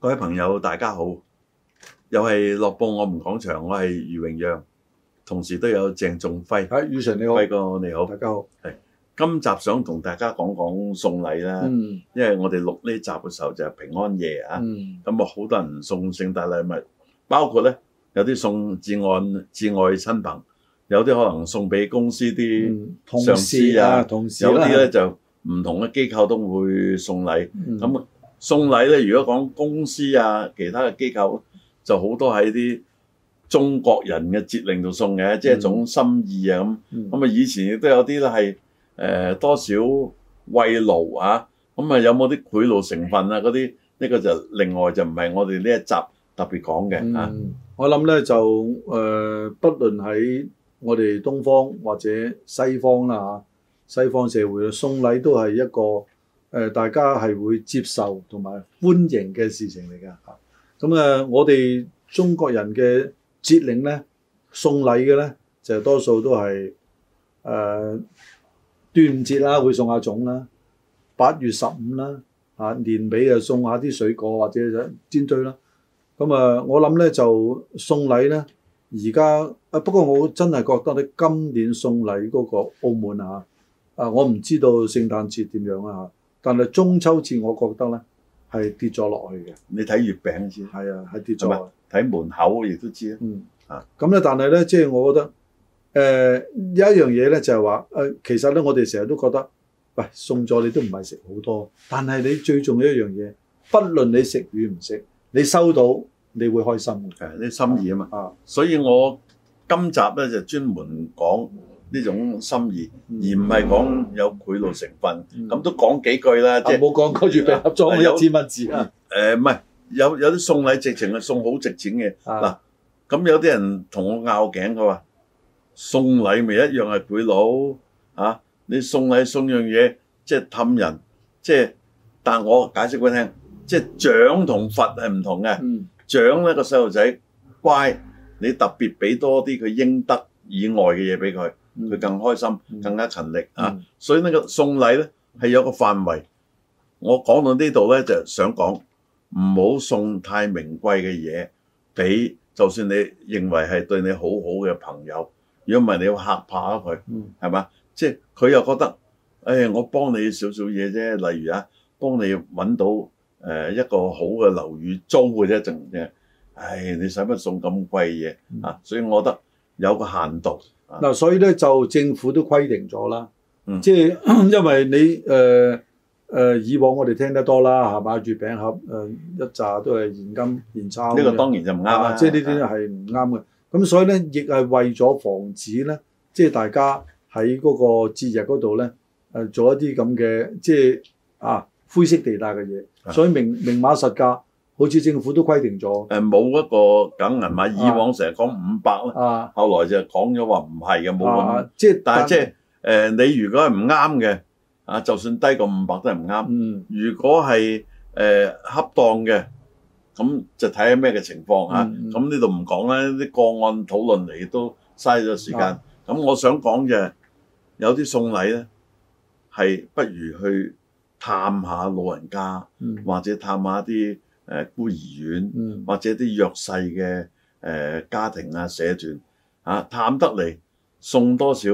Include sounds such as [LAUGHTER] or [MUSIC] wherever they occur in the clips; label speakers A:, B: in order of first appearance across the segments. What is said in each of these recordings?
A: 朋友大家好，又係樂報我們講場，我係余榮陽，同時都有鄭仲輝，
B: 啊，宇晨你好，
A: 輝哥你好
B: 大。家好。
A: 今集想同大家講講送禮啦，
B: 嗯
A: 因為我哋錄呢集嘅時候就係平安夜啊，
B: 嗯
A: 咁啊好多人送聖誕禮物，包括咧有啲送至愛至愛親朋，有啲可能送俾公司啲。
B: 嗯，同
A: 上
B: 事
A: 司
B: 啊，
A: 啊
B: 同事
A: 有
B: 啦
A: 啲咧就唔同嘅機構都會送禮。
B: 嗯
A: 咁、啊送禮咧，如果講公司啊，其他嘅機構就好多喺啲中國人嘅節令度送嘅，即係一種心意啊咁。
B: 嗯
A: 咁啊，以前亦都有啲咧係誒多少慰勞啊，咁啊有冇啲賄賂成分啊嗰啲？呢、個就另外就唔係我哋呢一集特別講嘅啊。
B: 嗯，我諗咧就誒、呃，不論喺我哋東方或者西方啦嚇，西方社會嘅送禮都係一個誒、呃大家係會接受同埋歡迎嘅事情嚟㗎嚇。咁誒、呃我哋中國人嘅節令咧，送禮嘅咧就多數都係誒、呃端午節啦，會送下粽啦，八月十五啦，啊年尾就送下啲水果或者就煎堆啦。咁啊，我諗咧就送禮咧，而家啊不過我真係覺得咧，今年送禮嗰個澳門啊，啊我唔知道聖誕節點樣啊，但係中秋節我覺得咧係跌咗落去嘅，
A: 你睇月餅先，
B: 係啊係跌咗
A: 係
B: 落
A: 咪
B: 去。？
A: 睇門口亦都知啦。
B: 嗯
A: 啊，
B: 咁咧，但係咧，即係我覺得誒、呃有一樣嘢咧，就係話誒，其實咧，我哋成日都覺得，喂，送咗你都唔係食好多，但係你最重要一樣嘢，不論你食與唔食，你收到你會開心嘅。
A: 誒，呢心意啊嘛。
B: 啊，
A: 所以我今集咧就專門講呢種心意，而唔係講有賄賂成分。咁
B: 咁
A: 都講幾句啦，即
B: 即
A: 係
B: 係
A: 啊
B: 冇啊講個月餅盒裝
A: 有
B: 一千蚊紙啊。
A: 誒唔係有有啲送禮直情係送好值錢嘅。嗱
B: 嗱，
A: 咁有啲人同我拗頸，佢話送禮咪一樣係賄賂啊！你送禮送樣嘢，即係氹人，即係但我解釋俾你聽，即係獎同罰係唔同嘅。
B: 嗯
A: 獎咧個細路仔乖，你特別俾多啲佢應得以外嘅嘢俾佢，
B: 嗯
A: 佢更開
B: 嗯
A: 心，更加勤力啊！
B: 嗯
A: 所以呢個送禮咧係有個範圍。我講到呢度咧就想講，唔好送太名貴嘅嘢俾，就算你認為係對你好好嘅朋友，如果唔係你要嚇怕咗佢，
B: 嗯
A: 係嘛？即係佢又覺得，誒、哎我幫你少少嘢啫，例如啊，幫你揾到誒、呃一個好嘅樓宇租嘅啫，淨啫。唉，你使乜送咁貴嘢啊？所以我覺得有個限度。
B: 嗱，所以咧就政府都規定咗啦，
A: 嗯
B: 即係 [CLEARS THROAT] 因為你誒誒、呃以往我哋聽得多啦，係嘛？月餅盒誒、呃一紮都係現金現鈔
A: 呢
B: 嘅，
A: 個當然就唔啱啦。
B: 啊即係呢啲係唔啱嘅。咁所以咧，亦係為咗防止咧，即係大家喺嗰個節日嗰度咧，誒、做一啲咁嘅即係啊灰色地帶嘅嘢，
A: 啊
B: 所以明明碼實價，好似政府都規定咗
A: 誒呃冇一個梗銀碼，以往成日講五百啦，
B: 啊
A: 後來就講咗話唔係嘅，冇咁。
B: 啊，即係
A: 但係即係誒，你如果係唔啱嘅，啊，就算低過五百都係唔啱。
B: 嗯
A: 如果係誒、呃恰當嘅，咁就睇下咩嘅情況啊。
B: 嗯嗯
A: 咁呢度唔講啦，啲個案討論嚟都嘥咗時間。咁、
B: 啊
A: 我想講嘅有啲送禮咧，係不如去探下老人家，
B: 嗯
A: 或者探下啲誒孤兒院。
B: 嗯
A: 或者啲弱勢嘅誒、呃家庭啊、社團啊，探得嚟送多少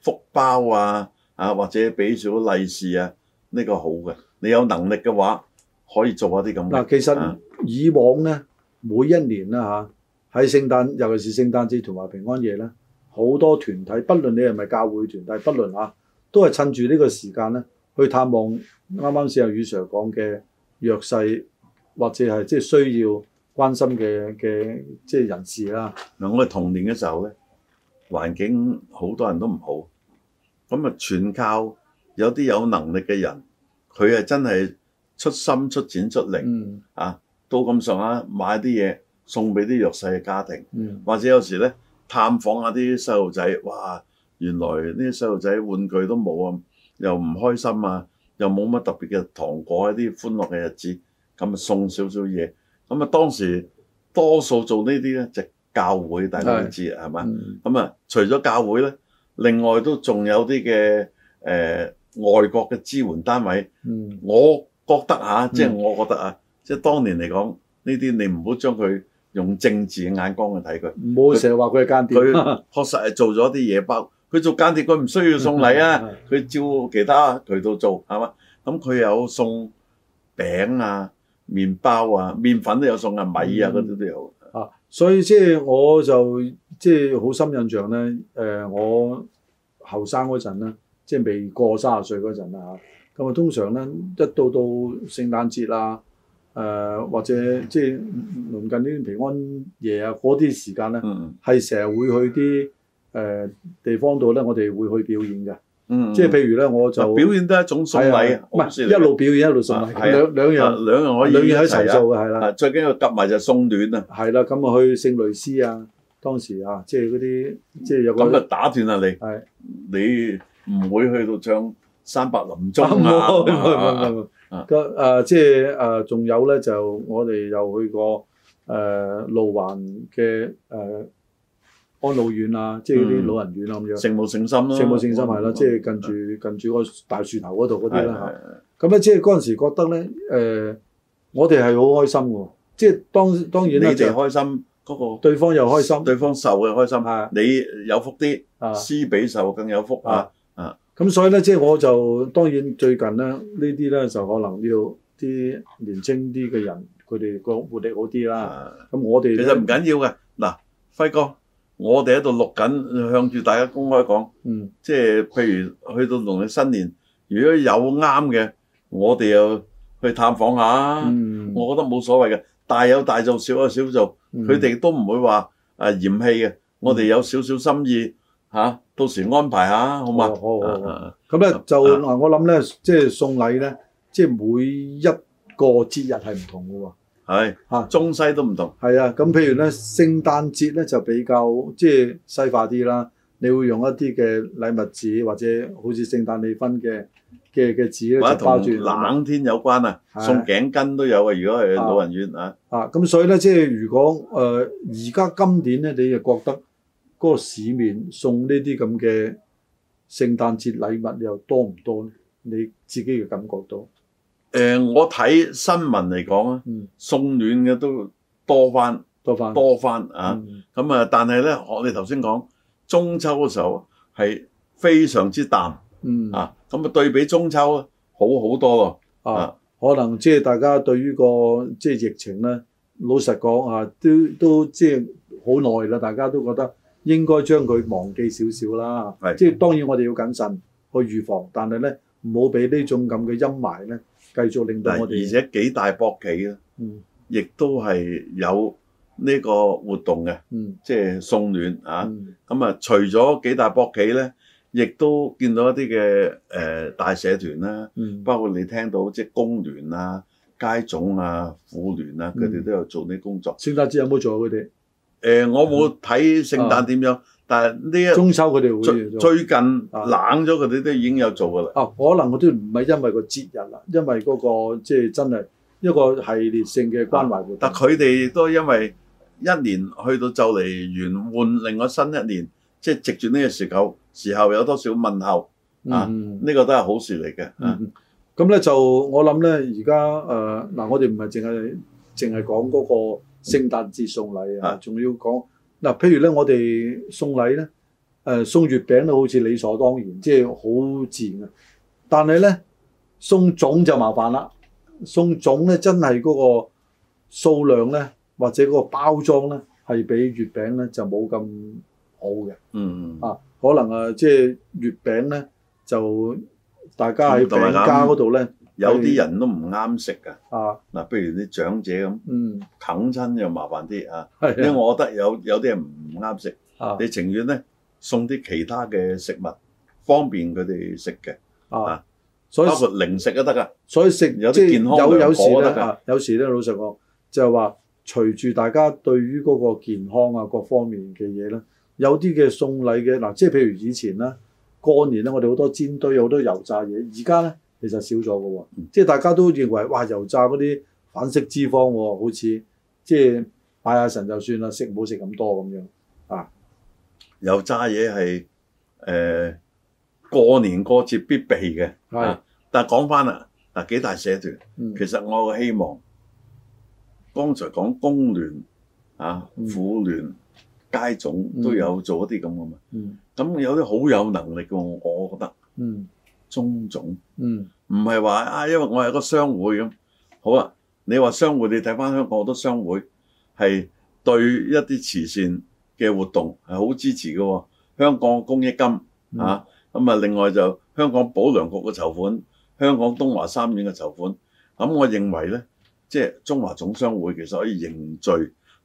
A: 福包啊，啊或者俾少利是啊，呢、個好嘅。你有能力嘅話，可以做一啲咁
B: 嗱，
A: 嘅。
B: 其實
A: 啊
B: 以往咧，每一年啦嚇，喺聖誕，尤其是聖誕節同埋平安夜咧，好多團體，不論你係咪教會團體，不論嚇，都係趁住呢個時間咧，去探望啱啱先有宇 Sir 講嘅弱勢或者係即係需要關心嘅嘅即係人士啦。
A: 嗱，我哋童年嘅時候咧，環境好多人都唔好，咁啊全靠有啲有能力嘅人，佢係真係出心出錢出力
B: 嗯
A: 啊，到咁上下買啲嘢送俾啲弱勢嘅家庭。
B: 嗯
A: 或者有時咧探訪下啲細路仔，哇！原來呢啲細路仔玩具都冇啊，又唔開心啊，又冇乜特別嘅糖果一啲歡樂嘅日子，咁啊送少少嘢。咁啊當時多數做呢啲咧就教會，大家都知啊係嘛？
B: 嗯
A: 咁啊除咗教會咧，另外都仲有啲嘅誒外國嘅支援單位，
B: 嗯
A: 我覺得嚇、即係
B: 嗯
A: 我覺得啊，即係當年嚟講，呢啲你唔好將佢用政治嘅眼光去睇佢。
B: 嗯唔好成日話佢係間
A: 佢
B: 諜。
A: 確實係做咗啲嘢包，佢做間諜佢唔需要送禮
B: [LAUGHS]
A: 啊，佢照其他渠道做係嘛？咁佢有送餅啊、麵包啊、麵粉都有送啊、米啊
B: 嗯
A: 嗰啲都有。
B: 啊，所以即係我就即係好深印象咧。誒、我後生嗰陣咧，即係未過三十歲嗰陣啦嚇。咁啊，通常咧一到到聖誕節啊，誒、或者即係鄰近呢啲平安夜啊嗰啲時間咧，
A: 嗯
B: 係成日會去啲誒、地方度咧，我哋會去表演嘅。
A: 嗯，
B: 即係譬如咧，我就
A: 就表演都係一種送
B: 係啊
A: 禮啊，
B: 唔係一路表演一路送禮，
A: 啊係啊
B: 兩兩
A: 兩
B: 樣
A: 兩樣可以
B: 兩樣喺
A: 齊
B: 齊數嘅係啦。
A: 啊！最緊要夾埋就送暖啊！
B: 係啦，咁啊去聖蕾斯啊，當時啊，即係嗰啲即係有個
A: 咁
B: [LAUGHS]
A: 就打斷啦
B: 係
A: 你，你唔會去到唱三百林鐘
B: 啊唔
A: 啊
B: 係唔係唔
A: 啊
B: 係
A: 啊？
B: 唔
A: 啊
B: 係個誒即係誒仲有咧就我哋又去過誒路環嘅誒安老院啊，即係嗰
A: 嗯
B: 啲老人院啊咁樣，
A: 聖母聖心咯，
B: 聖母聖心係啦，即係近
A: 係
B: 住近住個大樹頭嗰度嗰啲啦嚇
A: 係
B: 咁啊咧，即係嗰陣時覺得咧，誒、我哋係好開心喎。即係當當然
A: 你
B: 啦，
A: 哋
B: 就
A: 開心嗰
B: 對方又開心
A: 個，對方受嘅開心，
B: 係
A: 你有福啲，
B: 啊，
A: 施比受更有福啊！
B: 咁所以咧，即係我就當然最近咧，呢啲咧就可能要啲年青啲嘅人，佢哋個活力好啲啦。
A: 啊
B: 咁我哋
A: 其
B: 呢
A: 實唔緊要嘅，嗱，輝哥，我哋喺度錄緊，向住大家公開講，
B: 嗯
A: 即係譬如去到農曆新年，如果有啱嘅，我哋又去探訪下。
B: 嗯，
A: 啊我覺得冇所謂嘅，大有大做，小有小做，
B: 嗯
A: 佢哋都唔會話啊嫌棄嘅。我哋有少少心意嚇、到時安排下好嘛？
B: 好好好好
A: 啊
B: 哦咁咧就
A: 啊
B: 嗱，我諗咧，即係送禮咧，即係每一個節日係唔同嘅喎。
A: 係
B: 啊
A: 中西都唔同，
B: 係啊，
A: 嗯
B: 咁譬如咧，聖誕節咧就比較即係西化啲啦。你會用一啲嘅禮物紙或者好似聖誕氣氛嘅嘅嘅紙
A: 或者
B: 咧，就包住
A: 同冷天有關啊，
B: 係
A: 送頸巾都有啊。如果係
B: 啊
A: 老人院啊，
B: 啊。咁所以咧，即係如果誒而家今年咧，你就覺得嗰個市面送呢啲咁嘅聖誕節禮物又多唔多咧？你自己嘅感覺到，
A: 誒、我睇新聞嚟講啊，
B: 嗯，
A: 送暖嘅都多翻
B: 多翻
A: 多翻啊。
B: 嗯
A: 咁啊，但係咧，我哋頭先講中秋嘅時候係非常之淡
B: 嗯
A: 啊。咁啊，對比中秋啊好好多喎
B: 啊。可能即係大家對於個即係疫情咧，老實講啊，都都即係好耐啦，大家都覺得應該將佢忘記少少啦。
A: 係
B: 即係當然我哋要謹慎去預防，但係咧唔好俾呢種咁嘅陰霾咧繼續令到
A: 嗱，
B: 我哋
A: 而且幾大博企咧，
B: 嗯
A: 亦都係有呢個活動嘅，
B: 嗯
A: 即係送暖啊！
B: 嗯
A: 咁啊，除咗幾大博企咧，亦都見到一啲嘅誒大社團啦，
B: 嗯
A: 包括你聽到即係工聯啊、街總啊、婦聯啊，
B: 嗯
A: 佢哋都有做呢啲工作。
B: 聖誕節有冇做啊佢哋？
A: 誒，
B: 嗯
A: 我冇睇聖誕點樣，但係呢一
B: 中秋佢哋會
A: 最
B: 做。
A: 最近冷咗，佢哋都已經有做㗎啦。
B: 啊，可能我都唔係因為個節日啦，因為嗰、個即係真係一個系列性嘅關懷活動
A: 但。啊佢哋都因為一年去到就嚟完換另外新一年，即係藉住呢個時候時候有多少問候，啊
B: 嗯
A: 呢、個都係好事嚟嘅。啊
B: 嗯，咁咧就我諗咧，而家呃誒嗱，我哋唔係淨係淨係講嗰個聖誕節送禮啊
A: 啊，
B: 仲要講嗱，譬如咧，我哋送禮咧，誒、送月餅都好似理所當然，即係好自然嘅。但係咧，送粽就麻煩啦，送粽咧真係嗰個數量咧，或者嗰個包裝咧，係比月餅咧就冇咁好嘅。
A: 嗯，
B: 啊，可能啊，即係月餅咧，就大家喺餅家嗰度咧，
A: 有啲人都唔啱食㗎。
B: 啊，
A: 嗱，譬如啲長者咁
B: 嗯，
A: 啃親又麻煩啲啊，因為
B: 係
A: 我覺得有有啲人唔啱食，
B: 啊，
A: 你情願咧送啲其他嘅食物，方便佢哋食嘅，
B: 啊
A: 啊，
B: 所以
A: 包括零食都得㗎。
B: 所以食
A: 有啲
B: 即係
A: 健康
B: 有
A: 良
B: 有
A: 好
B: 時咧
A: 得㗎
B: 啊，有時咧老實講，就係話隨住大家對於嗰個健康啊各方面嘅嘢咧，有啲嘅送禮嘅嗱，即係譬如以前咧過年咧，我哋好多煎堆，好多油炸嘢，而家咧其實少咗嘅喎
A: 嗯，
B: 即係大家都認為哇油炸嗰啲反式脂肪喎、好似即係拜下神就算啦，食唔好食咁多咁樣。
A: 油炸嘢係誒過年過節必備嘅。
B: 係
A: 啊但係講翻啦，嗱幾大社團，
B: 嗯
A: 其實我有個希望剛才講工聯啊、
B: 嗯
A: 婦聯、街總都有做一啲咁嘅嘛。
B: 嗯
A: 咁有啲好有能力嘅，我我覺得
B: 嗯
A: 中總
B: 嗯
A: 唔係話啊，因為我係一個商會咁。好啊，你話商會，你睇翻香港好多商會係對一啲慈善嘅活動係好支持嘅喎、香港公益金。
B: 嗯
A: 啊，咁啊，另外就香港保良局嘅籌款，香港東華三院嘅籌款，咁我認為咧，即係中華總商會其實可以凝聚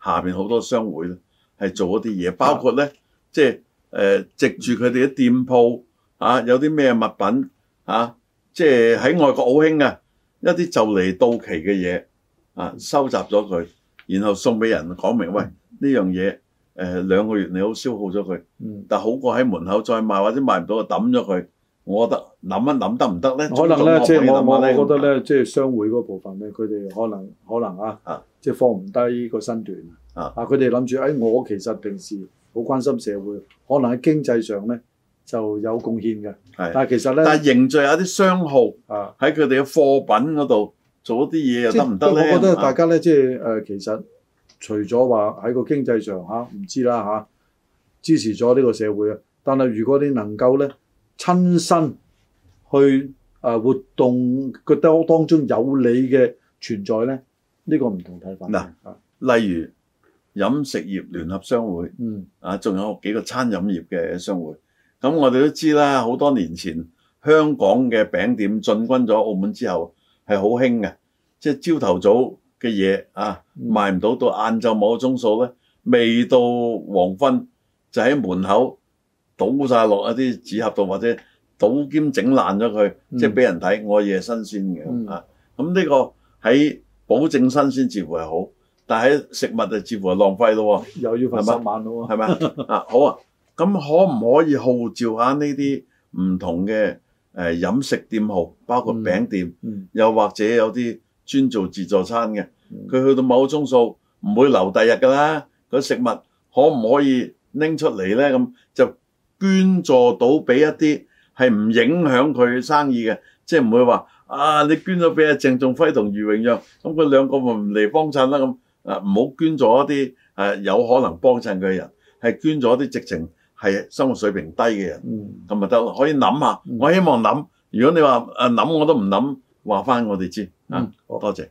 A: 下邊好多商會咧，係做一啲嘢，包括咧，即係誒、呃藉住佢哋嘅店鋪啊，有啲咩物品啊，即係喺外國好興嘅一啲就嚟到期嘅嘢啊，收集咗佢，然後送俾人，講明喂呢樣嘢誒兩個月你好消耗咗佢。
B: 嗯，
A: 但好過喺門口再賣，或者賣唔到就抌咗佢。我覺得諗一諗得唔得咧？
B: 可能咧，
A: 中
B: 即
A: 眾可以
B: 係我我我
A: 諗下
B: 覺得，咧，即係商會嗰部分咧，佢哋可能可能啊
A: 啊，
B: 即係放唔低個身段
A: 啊
B: 佢哋諗住，誒，我其實平時好關心社會，可能喺經濟上咧就有貢獻嘅，
A: 係。
B: 但係其實
A: 但
B: 咧
A: 係凝聚有啲商號喺
B: 啊。
A: 佢哋嘅貨品嗰度做一啲嘢又
B: 即
A: 得唔得
B: 不過
A: 咧？
B: 我覺得
A: 啊
B: 大家咧，即係誒、呃其實除咗話喺個經濟上嚇唔、知啦嚇、支持咗呢個社會啊，但係如果你能夠咧親身去誒、呃活動，覺得當中有你嘅存在咧，呢、個唔同睇法。
A: 嗱
B: 啊，
A: 例如飲食業聯合商會
B: 嗯
A: 啊，仲有幾個餐飲業嘅商會。咁我哋都知啦，好多年前香港嘅餅店進軍咗澳門之後係好興嘅，即係朝頭早嘅嘢啊。
B: 嗯
A: 賣唔到到晏晝某個鐘數咧，未到黃昏就喺門口倒晒落一啲紙盒度，或者倒兼整爛咗佢，
B: 嗯
A: 即係俾人睇我嘢新鮮嘅、
B: 嗯
A: 啊！咁呢個喺保證新鮮似乎係好，但喺食物就似乎係浪費咯
B: 又要罰
A: 係嘛
B: 十萬
A: 喎，
B: 咯喎。
A: 係咪啊？好啊，咁可唔可以號召下呢啲唔同嘅誒、呃、飲食店號，包括
B: 嗯
A: 餅店，
B: 嗯
A: 又或者有啲專做自助餐嘅？
B: 嗯
A: 佢去到某個鐘數唔會留第日㗎啦，嗰食物可唔可以拎出嚟咧？咁就捐助到俾一啲係唔影響佢生意嘅，即係唔會話啊你捐咗俾阿鄭仲輝同余榮讓，咁佢兩個咪唔嚟幫襯啦咁啊！唔好捐咗一啲誒有可能幫襯佢嘅人，係捐咗一啲直情係生活水平低嘅人，
B: 嗯
A: 咁咪得咯。可以諗下
B: 嗯，
A: 我希望諗。如果你話誒諗我都唔諗，話翻我哋知啊
B: 嗯，好
A: 多謝。